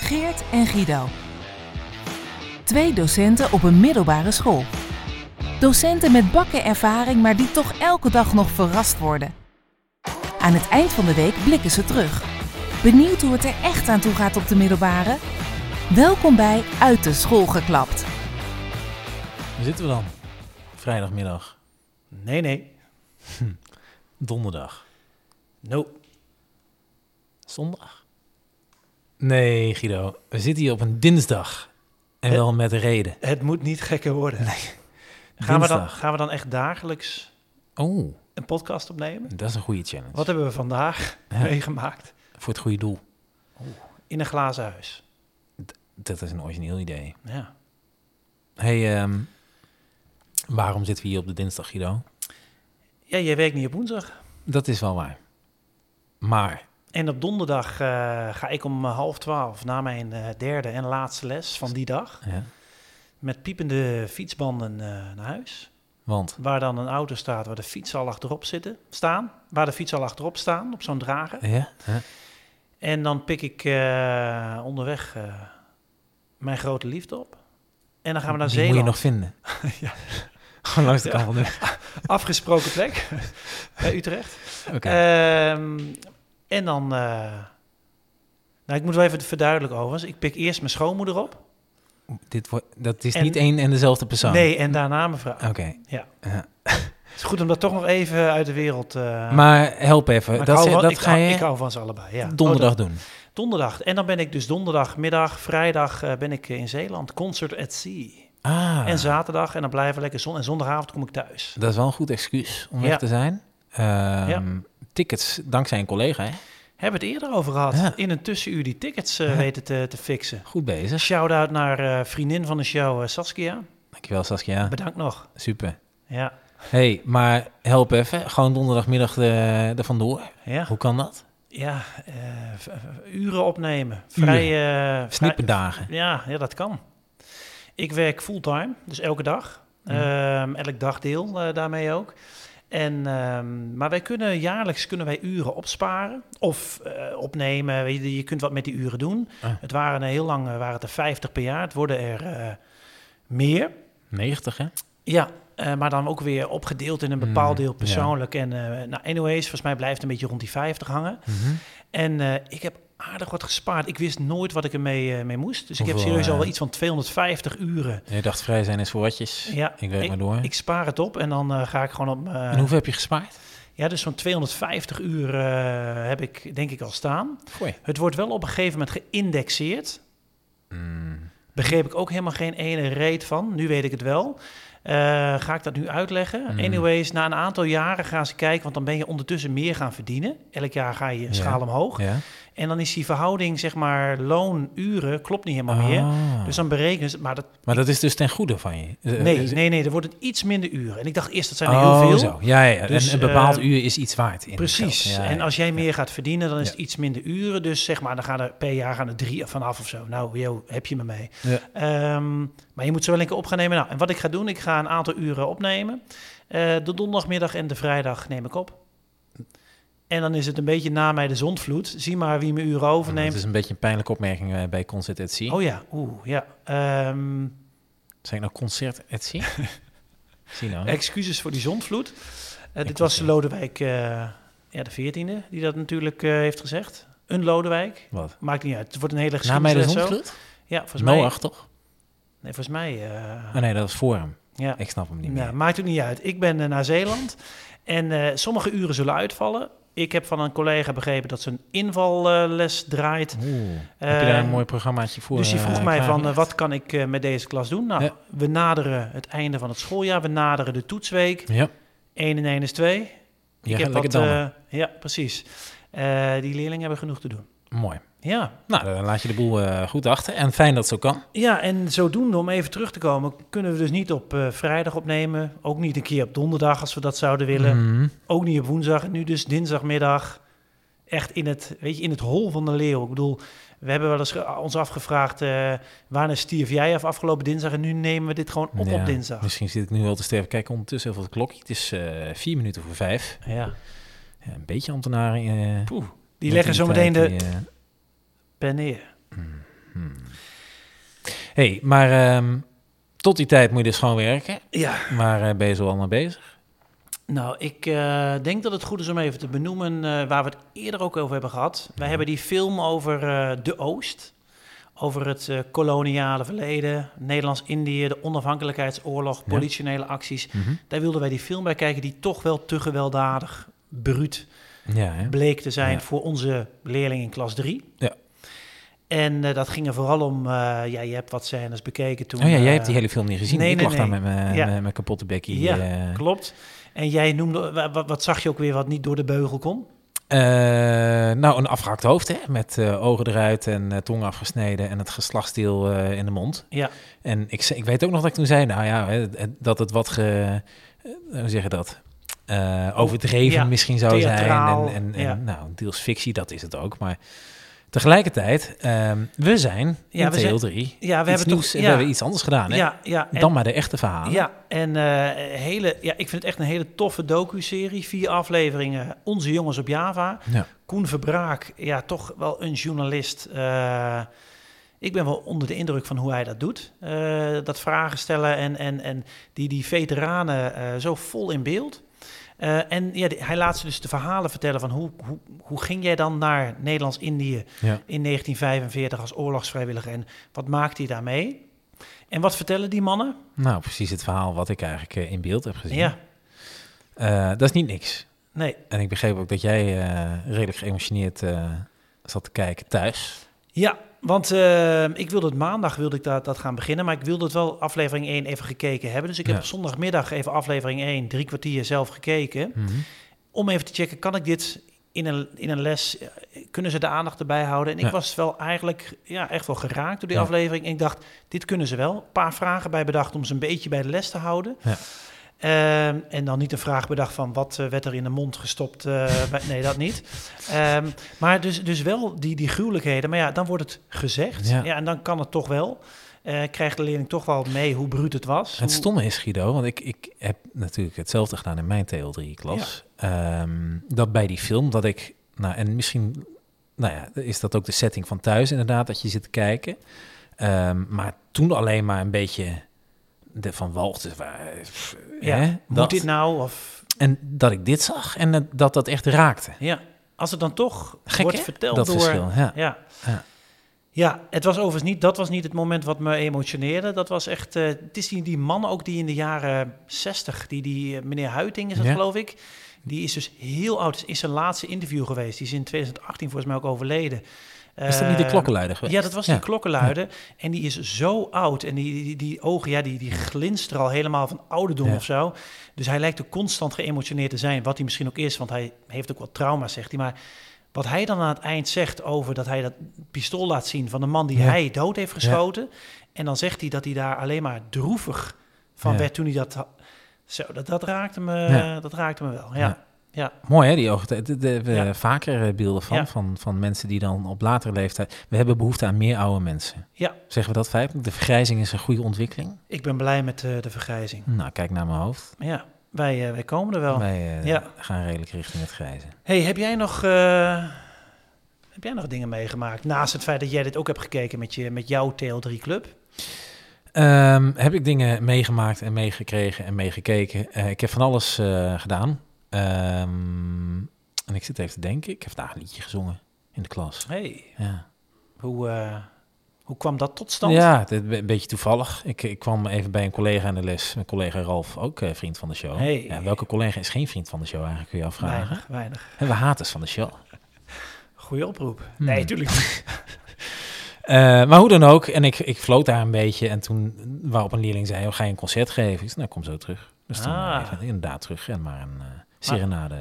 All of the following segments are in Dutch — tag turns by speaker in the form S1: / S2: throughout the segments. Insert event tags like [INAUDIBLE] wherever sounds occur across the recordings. S1: Geert en Guido. Twee docenten op een middelbare school. Docenten met bakken ervaring, maar die toch elke dag nog verrast worden. Aan het eind van de week blikken ze terug. Benieuwd hoe het er echt aan toe gaat op de middelbare? Welkom bij Uit de School geklapt.
S2: Waar zitten we dan? Vrijdagmiddag,
S3: Nee, nee.
S2: donderdag,
S3: No.
S2: zondag. Nee, Guido, we zitten hier op een dinsdag. En
S3: Hè?
S2: wel met reden.
S3: Het moet niet gekker worden. gaan, we dan,
S2: Dinsdag.
S3: gaan we dan echt dagelijks
S2: Oh,
S3: een podcast opnemen?
S2: dat is een goede challenge.
S3: Wat hebben we vandaag
S2: Ja.
S3: meegemaakt?
S2: Voor het goede doel.
S3: In een glazen huis.
S2: Dat is een origineel idee.
S3: Ja.
S2: hey, ehm, waarom zitten we hier op de dinsdag, Guido?
S3: ja, jij werkt niet op woensdag.
S2: Dat is wel waar. Maar,
S3: En op donderdag eh, ga ik om eh, half twaalf na mijn eh, derde en laatste les van die dag...
S2: ja,
S3: met piepende fietsbanden eh, naar huis.
S2: want
S3: Waar dan een auto staat waar de fietsen al achterop zitten, staan. Waar de fietsen al achterop staan, op zo'n drager.
S2: ja, hè?
S3: En dan pik ik eh, onderweg eh, mijn grote liefde op. En dan gaan we naar
S2: die
S3: Zeeland.
S2: moet je nog vinden.
S3: [LAUGHS] Ja.
S2: Gewoon langs de
S3: Ja.
S2: kant van de weg.
S3: Afgesproken
S2: [LAUGHS]
S3: plek bij Utrecht.
S2: Oké.
S3: Ehm, en dan... eh, nou, ik moet wel even verduidelijken overigens. Ik pik eerst mijn schoonmoeder op.
S2: Dit wordt, dat is
S3: en-
S2: niet één en dezelfde persoon.
S3: Nee, en daarna mijn vrouw.
S2: Oké.
S3: Ja.
S2: Ja.
S3: Het is goed om dat toch nog even uit de wereld... eh,
S2: Maar help even.
S3: maar ik
S2: dat
S3: hou
S2: ze-
S3: van-
S2: dat
S3: ik
S2: ga
S3: hou-
S2: je
S3: Ik hou van ze allebei, ja.
S2: donderdag
S3: Oh,
S2: doen.
S3: dat- donderdag. En dan ben ik dus donderdagmiddag, vrijdag eh, ben ik eh, in Zeeland. Concert at Sea.
S2: Ah,
S3: En zaterdag en dan blijven we lekker zon. En zondagavond kom ik thuis.
S2: dat is wel een goed excuus om
S3: Ja.
S2: weg te zijn. Ehm, Tickets dankzij een collega. Hè?
S3: Hebben we het eerder over gehad.
S2: Ja.
S3: In een tussenuur die tickets eh,
S2: Ja.
S3: weten te, te fixen.
S2: Goed bezig.
S3: Shout-out naar eh, vriendin van de show, eh, Saskia.
S2: Dankjewel Saskia.
S3: Bedankt nog.
S2: Super.
S3: Ja,
S2: hey, maar help even. Gewoon donderdagmiddag eh er vandoor.
S3: ja,
S2: Hoe kan dat?
S3: ja. eh, v- v- uren opnemen. Vrij, eh, vrij-
S2: Snippendagen.
S3: ja, ja, dat kan. Ik werk fulltime, dus elke dag.
S2: Ja.
S3: Ehm, elk dagdeel eh, daarmee ook. En, ehm, maar wij kunnen jaarlijks kunnen wij uren opsparen of eh, opnemen. Weet je, je kunt wat met die uren doen.
S2: Ah.
S3: Het waren er heel lang eh, waren het er 50 per jaar. Het worden er eh, meer.
S2: 90 hè?
S3: Ja, eh, maar dan ook weer opgedeeld in een bepaald
S2: Mm,
S3: deel
S2: ja.
S3: persoonlijk. En eh nou, anyways, volgens mij blijft het een beetje rond die 50 hangen.
S2: Mhm.
S3: En eh, ik heb aardig wat gespaard. Ik wist nooit wat ik ermee eh, mee moest. Dus ik heb
S2: Hoeveel,
S3: serieus al
S2: eh,
S3: wel iets van 250 uren.
S2: Je dacht vrij zijn is voor watjes.
S3: Ja,
S2: ik werk maar door.
S3: Ik spaar het op en dan eh, ga ik gewoon op... eh,
S2: en hoeveel heb je gespaard?
S3: ja, dus zo'n 250 uur eh, heb ik denk ik al staan.
S2: Gooi.
S3: Het wordt wel op een gegeven moment geïndexeerd.
S2: Mm.
S3: Begreep ik ook helemaal geen ene reet van. Nu weet ik het wel. Eh, ga ik dat nu uitleggen?
S2: Mm.
S3: Anyways, na een aantal jaren gaan ze kijken, want dan ben je ondertussen meer gaan verdienen. Elk jaar ga je
S2: Ja.
S3: schaal omhoog.
S2: Ja.
S3: En dan is die verhouding, zeg maar, loon-uren, klopt niet helemaal meer.
S2: Ah.
S3: Dus dan berekenen ze, maar dat,
S2: maar dat is dus ten goede van je. Eh,
S3: nee,
S2: dus-
S3: nee, nee, er worden iets minder uren. En ik dacht eerst, dat zijn er
S2: oh,
S3: heel veel.
S2: Zo. Ja, ja.
S3: Dus,
S2: en een bepaald
S3: eh,
S2: uur is iets waard. in
S3: Precies.
S2: het geld. Ja,
S3: en
S2: ja.
S3: als jij meer gaat verdienen, dan is
S2: Ja.
S3: het iets minder uren. Dus zeg maar, dan gaan er per jaar gaan er drie vanaf of zo. Nou, yo, heb je me mee.
S2: Ja.
S3: Ehm, maar je moet ze wel een keer op gaan nemen. Nou, en wat ik ga doen, ik ga een aantal uren opnemen. Eh, de donderdagmiddag en de vrijdag neem ik op. En dan is het een beetje na mij de zondvloed. Zie maar wie mijn uren
S2: Dat
S3: overneemt.
S2: is een beetje een pijnlijke opmerking eh, bij Concert at Sea.
S3: Oh ja, oeh, ja. Ehm,
S2: Zijn nou Concert at
S3: [LAUGHS]
S2: Sea? Zie nou.
S3: Excuses voor die zondvloed. Eh,
S2: Ik
S3: dit
S2: was
S3: was
S2: er.
S3: Lodewijk eh, ja, de 14e, die dat natuurlijk eh, heeft gezegd. Een Lodewijk.
S2: Wat?
S3: Maakt niet uit. Het wordt een hele
S2: Na mij
S3: geschiedenis.
S2: de
S3: en zo.
S2: zondvloed?
S3: Ja, volgens mij.
S2: Noach, toch?
S3: Nee, volgens mij. eh,
S2: Oh nee, dat was voor hem.
S3: ja.
S2: Ik snap hem niet
S3: Nou,
S2: meer.
S3: maakt ook niet uit. Ik ben eh, naar Zeeland. En eh, sommige uren zullen uitvallen. Ik heb van een collega begrepen dat ze een invalles draait.
S2: Oeh, heb je daar een
S3: Ehm,
S2: mooi programmaatje voor?
S3: dus die vroeg
S2: eh,
S3: mij van,
S2: klaargelegd?
S3: eh, wat kan ik eh, met deze klas doen? Nou,
S2: Ja.
S3: we naderen het einde van het schooljaar. We naderen de toetsweek.
S2: Ja,
S3: 1 en 1 is 2.
S2: je gaat lekker
S3: wat,
S2: dan.
S3: eh, ja, precies. Eh, die leerlingen hebben genoeg te doen.
S2: Mooi.
S3: Ja.
S2: Nou, dan laat je de boel eh, goed achter. En fijn dat het zo kan.
S3: ja, en zodoende, om even terug te komen, kunnen we dus niet op eh, vrijdag opnemen. Ook niet een keer op donderdag als we dat zouden willen.
S2: Mhm.
S3: Ook niet op woensdag. En nu dus dinsdagmiddag. Echt in het, weet je, in het hol van de leeuw. Ik bedoel, we hebben wel eens ge- ons afgevraagd... eh wanneer stierf jij af afgelopen dinsdag? En nu nemen we dit gewoon op
S2: Ja, dus
S3: op dinsdag.
S2: Misschien zit ik nu wel te sterven. Kijk ondertussen even op het klokje. Het is eh, vier minuten voor vijf.
S3: Ja.
S2: Ja, een beetje ambtenaren. eh,
S3: Poeh, die leggen zometeen de
S2: mentaliteit die, eh,
S3: pen neer.
S2: hey, maar ehm, tot die tijd moet je dus gewoon werken.
S3: Ja,
S2: Maar eh, ben je zo allemaal bezig?
S3: Nou, ik eh, denk dat het goed is om even te benoemen eh, waar we het eerder ook over hebben gehad. Wij hebben die film over eh, de Oost, over het eh, koloniale verleden, Nederlands-Indië, de onafhankelijkheidsoorlog,
S2: Ja.
S3: politionele acties.
S2: Mhm.
S3: Daar wilden wij die film bij kijken die toch wel te gewelddadig, bruut
S2: Ja, hè?
S3: bleek te zijn
S2: Ja.
S3: voor onze leerling in klas 3.
S2: Ja.
S3: En eh, dat ging er vooral om, eh, ja, je hebt wat scènes bekeken toen.
S2: Oh ja, jij hebt
S3: eh,
S2: die hele film niet gezien.
S3: nee,
S2: ik
S3: nee,
S2: lag
S3: nee.
S2: daar met mijn
S3: Ja.
S2: met mijn kapotte bekkie.
S3: Ja,
S2: eh.
S3: Klopt. En jij noemde, wa- wa- wat zag je ook weer wat niet door de beugel kon?
S2: Eh, nou, een afgehakt hoofd, hè? met eh, ogen eruit en eh, tong afgesneden en het geslachtsdeel eh, in de mond.
S3: Ja.
S2: En ik, ze- ik weet ook nog dat ik toen zei, nou ja, hè, dat het wat, ge, eh, hoe zeg je dat, Eh, overdreven
S3: Ja,
S2: misschien zou
S3: theatraal,
S2: zijn. En, en, en
S3: ja.
S2: nou, deels fictie, dat is het ook. Maar tegelijkertijd, ehm, we zijn
S3: Ja,
S2: in
S3: we
S2: deel
S3: zijn-
S2: 3
S3: Ja, we
S2: iets
S3: hebben
S2: nieuws
S3: toch
S2: en we
S3: ja,
S2: hebben iets anders gedaan hè?
S3: ja, ja, en,
S2: dan maar de echte verhalen.
S3: ja, en eh, hele, ja, ik vind het echt een hele toffe docu-serie. Vier afleveringen, Onze Jongens op Java.
S2: Ja.
S3: Koen Verbraak, ja, toch wel een journalist. Eh, ik ben wel onder de indruk van hoe hij dat doet. Eh, dat vragen stellen en, en, en die, die veteranen eh, zo vol in beeld. Eh, en ja, die- hij laat ze dus de verhalen vertellen van hoe, hoe, hoe ging jij dan naar Nederlands-Indië
S2: Ja.
S3: in 1945 als oorlogsvrijwilliger en wat maakt hij daarmee? En wat vertellen die mannen?
S2: Nou, precies het verhaal wat ik eigenlijk eh, in beeld heb gezien.
S3: Ja,
S2: Eh, dat is niet niks.
S3: nee.
S2: En ik begreep ook dat jij eh, redelijk geëmotioneerd eh, zat te kijken thuis.
S3: Ja, want eh, ik wilde het maandag wilde ik dat, dat gaan beginnen, maar ik wilde het wel aflevering 1 even gekeken hebben. Dus ik heb
S2: Ja.
S3: op zondagmiddag even aflevering 1, drie kwartier zelf gekeken. Om even te checken, kan ik dit in een, in een les, eh, kunnen ze de aandacht erbij houden? En ik
S2: Ja.
S3: was wel eigenlijk ja, echt wel geraakt door die
S2: Ja.
S3: aflevering. En ik dacht, dit kunnen ze wel. Een paar vragen bij bedacht om ze een beetje bij de les te houden.
S2: Ja.
S3: Ehm, en dan niet een vraag bedacht van wat eh, werd er in de mond gestopt. eh, [LAUGHS] bij- nee, dat niet. Ehm, maar dus, dus wel die, die gruwelijkheden. Maar ja, dan wordt het gezegd. Ja.
S2: Ja.
S3: en dan kan het toch wel. Eh, krijgt de leerling toch wel mee hoe bruut het was.
S2: Het
S3: hoe-
S2: stomme is, Guido, want ik, ik heb natuurlijk hetzelfde gedaan in mijn TL3-klas. Ehm, dat bij die film, dat ik, nou en misschien, nou ja, is dat ook de setting van thuis inderdaad, dat je zit te kijken. Ehm, maar toen alleen maar een beetje de van walgte.
S3: Ja,
S2: hè,
S3: Moet
S2: dat.
S3: dit nou? Of,
S2: En dat ik dit zag en dat- dat dat echt raakte.
S3: ja. Als het dan toch
S2: Gek,
S3: wordt
S2: hè?
S3: verteld
S2: dat
S3: door...
S2: verschil, ja.
S3: Ja. ja.
S2: Ja.
S3: het was overigens niet, dat was niet het moment wat me emotioneerde. Dat was echt, eh, het is die, die man ook die in de jaren 60, die, die eh, meneer Huiting is dat
S2: Ja.
S3: geloof ik. Die is dus heel oud, is zijn laatste interview geweest. Die is in 2018 volgens mij ook overleden.
S2: Is dat niet de
S3: Eh,
S2: klokkenluider geweest?
S3: Ja, dat was die klokkenluider. En die is zo oud. En die, die, die ogen, ja, die, die glinsteren al helemaal van ouderdom
S2: Ja.
S3: of zo. Dus hij lijkt ook constant geëmotioneerd te zijn. Wat hij misschien ook is, want hij heeft ook wat trauma, zegt hij. Maar wat hij dan aan het eind zegt over dat hij dat pistool laat zien van de man die
S2: Ja.
S3: hij dood heeft geschoten. En dan zegt hij dat hij daar alleen maar droevig van
S2: Ja.
S3: werd toen hij dat... ha- Zo, dat, dat, raakte, me,
S2: Ja.
S3: dat raakte me wel, ja.
S2: Ja. Mooi hè, die ogen. Daar hebben we
S3: Ja.
S2: vaker eh, beelden van,
S3: Ja.
S2: van, van mensen die dan op latere leeftijd... We hebben behoefte aan meer oude mensen.
S3: Ja.
S2: Zeggen we dat feitelijk? De vergrijzing is een goede ontwikkeling.
S3: Ik ben blij met eh, de vergrijzing.
S2: Nou, kijk naar mijn hoofd.
S3: Ja, wij, eh, wij komen er wel.
S2: Wij eh,
S3: Ja.
S2: gaan redelijk richting het grijze.
S3: Hey, heb jij nog. eh, heb jij nog dingen meegemaakt? Naast het feit dat jij dit ook hebt gekeken met, je, met jouw TL3 Club.
S2: Ehm, heb ik dingen meegemaakt en meegekregen en meegekeken? Eh, ik heb van alles eh, gedaan. Ehm, en ik zit even te denken. Ik heb vandaag een liedje gezongen in de klas.
S3: Hey,
S2: Ja.
S3: hoe, eh, hoe kwam dat tot stand?
S2: Ja, het- het- een beetje toevallig. Ik, ik kwam even bij een collega aan de les. Mijn collega Ralf, ook eh, vriend van de show.
S3: Hey.
S2: Ja, welke collega is geen vriend van de show eigenlijk, kun je je afvragen.
S3: weinig, weinig.
S2: Hebben we haters van de show.
S3: Goeie oproep.
S2: Hmm.
S3: Nee, tuurlijk. niet.
S2: Eh, maar hoe dan ook, en ik, ik floot daar een beetje. En toen, waarop een leerling zei, oh, ga je een concert geven? Ik zei, nou, kom zo terug. Dus toen
S3: Ah.
S2: eh, even inderdaad terug en maar een eh, serenade.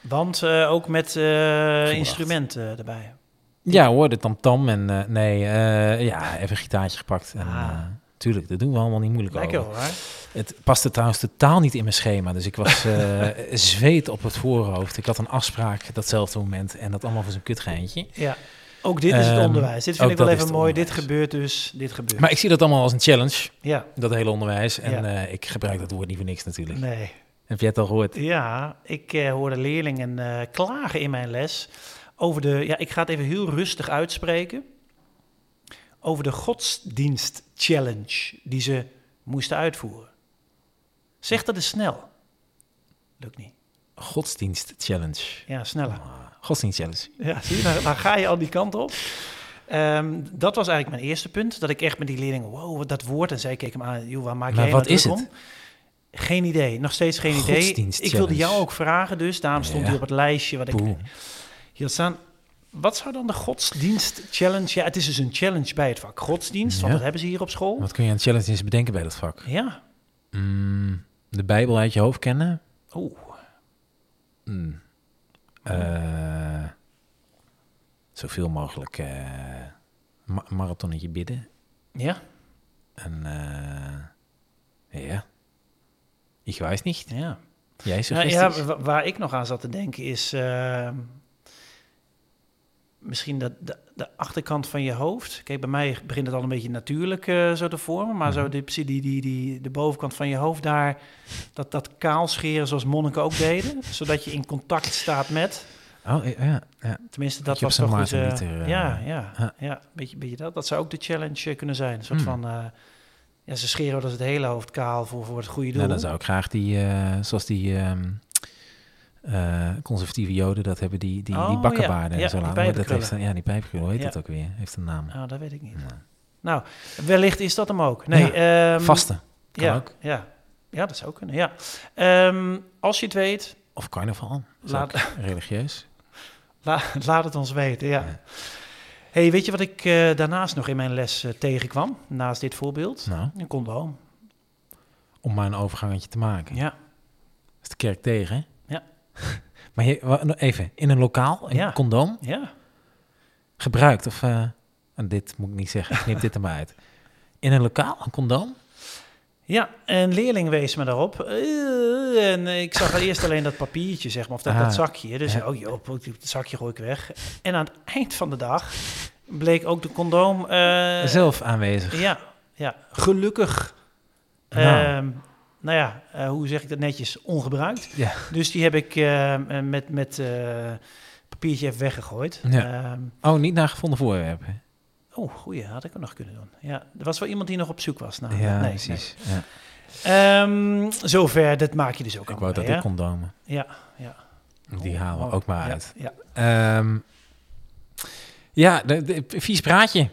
S3: Want eh, ook met eh, instrumenten erbij.
S2: Ja hoor, de tamtam en eh, nee, eh, ja, even een gitaartje gepakt. En,
S3: Ah.
S2: eh, tuurlijk, dat doen we allemaal niet moeilijk
S3: Lekker
S2: over.
S3: hoor. hè?
S2: Het paste trouwens totaal niet in mijn schema. Dus ik
S3: [LAUGHS]
S2: was eh, zweet op het voorhoofd. Ik had een afspraak datzelfde moment. En dat allemaal voor zo'n kutgeintje.
S3: Ja. Ook dit is het
S2: Ehm,
S3: onderwijs. Dit vind
S2: ook
S3: ik wel
S2: dat is
S3: even
S2: het
S3: mooi. Dit
S2: onderwijs.
S3: gebeurt dus. Dit gebeurt.
S2: Maar ik zie dat allemaal als een challenge.
S3: Ja,
S2: Dat hele onderwijs. En
S3: Ja.
S2: eh, ik gebruik dat woord niet voor niks natuurlijk.
S3: nee.
S2: Heb jij het al gehoord?
S3: Ja, ik eh, hoorde leerlingen eh, klagen in mijn les over de. Ja, ik ga het even heel rustig uitspreken. over de godsdienst-challenge die ze moesten uitvoeren. Zeg dat eens snel. Lukt niet.
S2: Godsdienst challenge.
S3: Ja, sneller.
S2: Godsdienst challenge.
S3: Ja, zie je, daar, daar ga je al die kant op. Ehm, dat was eigenlijk mijn eerste punt. Dat ik echt met die leerlingen, wow, wat dat woord. En zij keek hem aan, joh, waar maak
S2: Maar
S3: jij
S2: wat
S3: nou
S2: is
S3: druk
S2: het?
S3: om? Geen idee, nog steeds geen idee.
S2: Godsdienst
S3: Ik wilde
S2: challenge.
S3: jou ook vragen dus, daarom stond
S2: Ja.
S3: hij op het lijstje wat ik
S2: Boe.
S3: hier had staan. Wat zou dan de godsdienst challenge... Ja, het is dus een challenge bij het vak godsdienst, want
S2: Ja.
S3: dat hebben ze hier op school.
S2: Wat kun je aan challenges bedenken bij dat vak?
S3: Ja,
S2: Mm, de Bijbel uit je hoofd kennen.
S3: oeh,
S2: Mm. Eh, zoveel mogelijk eh, ma- marathonnetje bidden.
S3: ja,
S2: En eh, ja, ik weet niet.
S3: ja.
S2: Jij
S3: Nou,
S2: suggesties?
S3: ja, wa- waar ik nog aan zat te denken is eh, misschien dat de, de achterkant van je hoofd. Kijk, bij mij begint het al een beetje natuurlijk eh, zo te vormen, maar
S2: Mhm.
S3: zo die, die, die, die, de bovenkant van je hoofd daar, dat, dat kaal scheren zoals monniken ook deden, zodat je in contact staat met.
S2: Oh, eh, ja, ja.
S3: Tenminste,
S2: Ik
S3: dat
S2: heb
S3: was
S2: zo'n
S3: toch goed. eh,
S2: Maarten Luther, eh,
S3: ja, ja,
S2: ja.
S3: ja, beetje, beetje dat. Dat zou ook de challenge eh, kunnen zijn, een soort
S2: Hmm.
S3: van. eh, ja, ze scheren dus het hele hoofd kaal voor, voor het goede doel.
S2: Nou, dan zou ik graag die, eh, zoals die ehm, eh, conservatieve joden, dat hebben die, die, die
S3: Oh,
S2: bakkenbaarden
S3: ja.
S2: en zo
S3: Ja, die
S2: lang. Maar dat heeft,
S3: pijpenkrullen.
S2: een- ja, die pijpkrullen, hoe heet
S3: Ja.
S2: dat ook weer? Heeft een naam.
S3: Nou, dat weet ik niet.
S2: Nee.
S3: Nou, wellicht is dat hem ook. Nee, ehm,
S2: Vasten, kan
S3: ja,
S2: ook.
S3: Ja. ja, dat zou kunnen. Ja. Ehm, als je het weet,
S2: Of carnaval, is
S3: Laat-
S2: ook [LAUGHS] religieus.
S3: la- [LAUGHS] laat het ons weten. Ja.
S2: Ja.
S3: Hey, weet je wat ik eh, daarnaast nog in mijn les eh, tegenkwam? Naast dit voorbeeld?
S2: Nou,
S3: Een condoom.
S2: om maar een overgangetje te maken.
S3: Ja.
S2: Is de kerk tegen, hè?
S3: Ja.
S2: [LAUGHS] maar je, wa- nou, even, in een lokaal, een
S3: Ja.
S2: condoom,
S3: Ja.
S2: gebruikt of... eh, en dit moet ik niet zeggen, knip dit er maar uit. In een lokaal, een condoom?
S3: Ja, een leerling wees me daarop. Eh, en ik zag eerst alleen dat papiertje, zeg maar, of dat,
S2: Ah,
S3: dat zakje. Dus
S2: ja.
S3: oh joh, het zakje gooi ik weg. En aan het eind van de dag bleek ook de condoom... eh,
S2: Zelf aanwezig.
S3: Ja, ja. gelukkig.
S2: Nou.
S3: Nou, nou ja, eh, hoe zeg ik dat netjes? Ongebruikt.
S2: Ja.
S3: Dus die heb ik eh, eh, met, met eh, papiertje even weggegooid.
S2: Ja.
S3: Ehm,
S2: Oh, niet naar gevonden voorwerpen.
S3: oh, goeie, had ik ook nog kunnen doen. Ja, er was wel iemand die nog op zoek was. Nou,
S2: ja,
S3: nee,
S2: precies. Ja.
S3: nee. Ehm, zover, dat maak je dus ook
S2: Ik
S3: allemaal
S2: wou dat
S3: mee,
S2: ik
S3: hè?
S2: condomen.
S3: Ja, ja.
S2: Die halen we ook maar
S3: Oh, Ja,
S2: uit.
S3: Ja,
S2: Ehm, ja, de, de- vies praatje.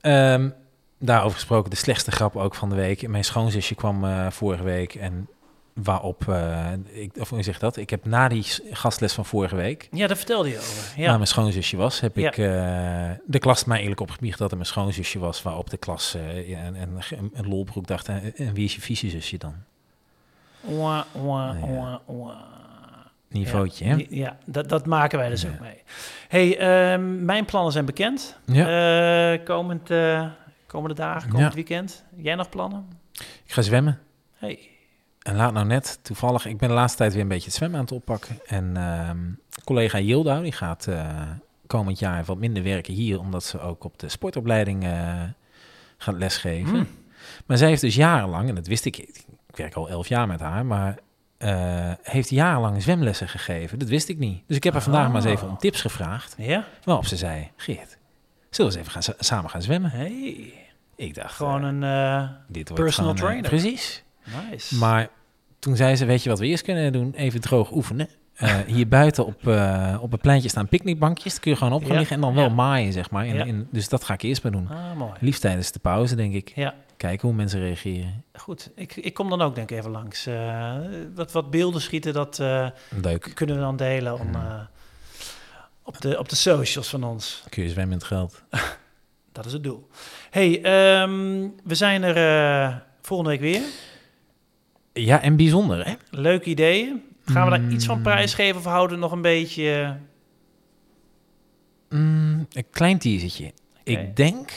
S2: Ehm, daarover gesproken, de slechtste grap ook van de week. Mijn schoonzusje kwam eh, vorige week en waarop... eh, ik, of hoe zeg je dat? Ik heb na die s- gastles van vorige week...
S3: ja, daar vertelde je over.
S2: Waar
S3: Ja,
S2: mijn schoonzusje was, heb
S3: Ja.
S2: ik eh, de klas mij eerlijk opgebiecht dat er mijn schoonzusje was, waarop de klas eh, ja, en, en, een lolbroek dacht, en, en wie is je vieze zusje dan?
S3: Oa, oa,
S2: Ja.
S3: oa, oa.
S2: Niveautje,
S3: ja,
S2: hè?
S3: Ja, dat, dat maken wij dus
S2: Ja.
S3: ook mee. hey, ehm, mijn plannen zijn bekend.
S2: Ja.
S3: Eh, komend, eh, komende dagen, komend weekend. Jij nog plannen?
S2: Ik ga zwemmen.
S3: Hey.
S2: En laat nou net, toevallig, ik ben de laatste tijd weer een beetje het zwemmen aan het oppakken. En ehm, collega Yildau, die gaat eh, komend jaar wat minder werken hier, omdat ze ook op de sportopleiding eh, gaat lesgeven.
S3: Hmm.
S2: Maar zij heeft dus jarenlang, en dat wist ik, ik werk al elf jaar met haar, maar eh, heeft jarenlang zwemlessen gegeven. Dat wist ik niet. Dus ik heb haar vandaag maar eens
S3: Ah.
S2: even om tips gevraagd.
S3: Ja?
S2: Waarop ze zei, Geert, zullen we eens even gaan, z- samen gaan zwemmen?
S3: Hey.
S2: Ik dacht,
S3: Gewoon
S2: eh,
S3: een... eh,
S2: dit wordt
S3: personal
S2: gewoon, eh,
S3: trainer.
S2: Precies.
S3: nice.
S2: Maar toen zei ze, weet je wat we eerst kunnen doen? Even droog oefenen.
S3: [LAUGHS]
S2: Eh, hier buiten op, eh, op het pleintje staan picknickbankjes. Daar kun je gewoon op gaan
S3: Ja,
S2: liggen en dan wel
S3: ja.
S2: maaien, zeg maar. En,
S3: Ja.
S2: en- dus dat ga ik eerst maar doen.
S3: Ah, mooi.
S2: Liefst tijdens de pauze, denk ik.
S3: Ja,
S2: Kijken hoe mensen reageren.
S3: goed. Ik, ik kom dan ook denk ik even langs. Eh, wat, wat beelden schieten, dat eh,
S2: Leuk.
S3: kunnen we dan delen om, eh, op, de, op de socials van ons.
S2: Dan kun je zwemmen in het geld.
S3: Dat is het doel. hey, ehm, we zijn er eh, volgende week weer.
S2: Ja, en bijzonder, hè?
S3: Leuke ideeën. Gaan we daar iets van
S2: Mm.
S3: prijsgeven of houden we het nog een beetje... eh,
S2: Mm, een klein teasertje.
S3: Oké.
S2: Ik denk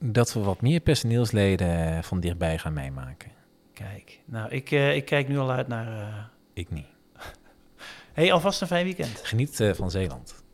S2: dat we wat meer personeelsleden van dichtbij gaan meemaken.
S3: Kijk, nou, ik, eh, ik kijk nu al uit naar... eh,
S2: Ik niet.
S3: Hey, alvast een fijn weekend.
S2: Geniet eh, van Zeeland.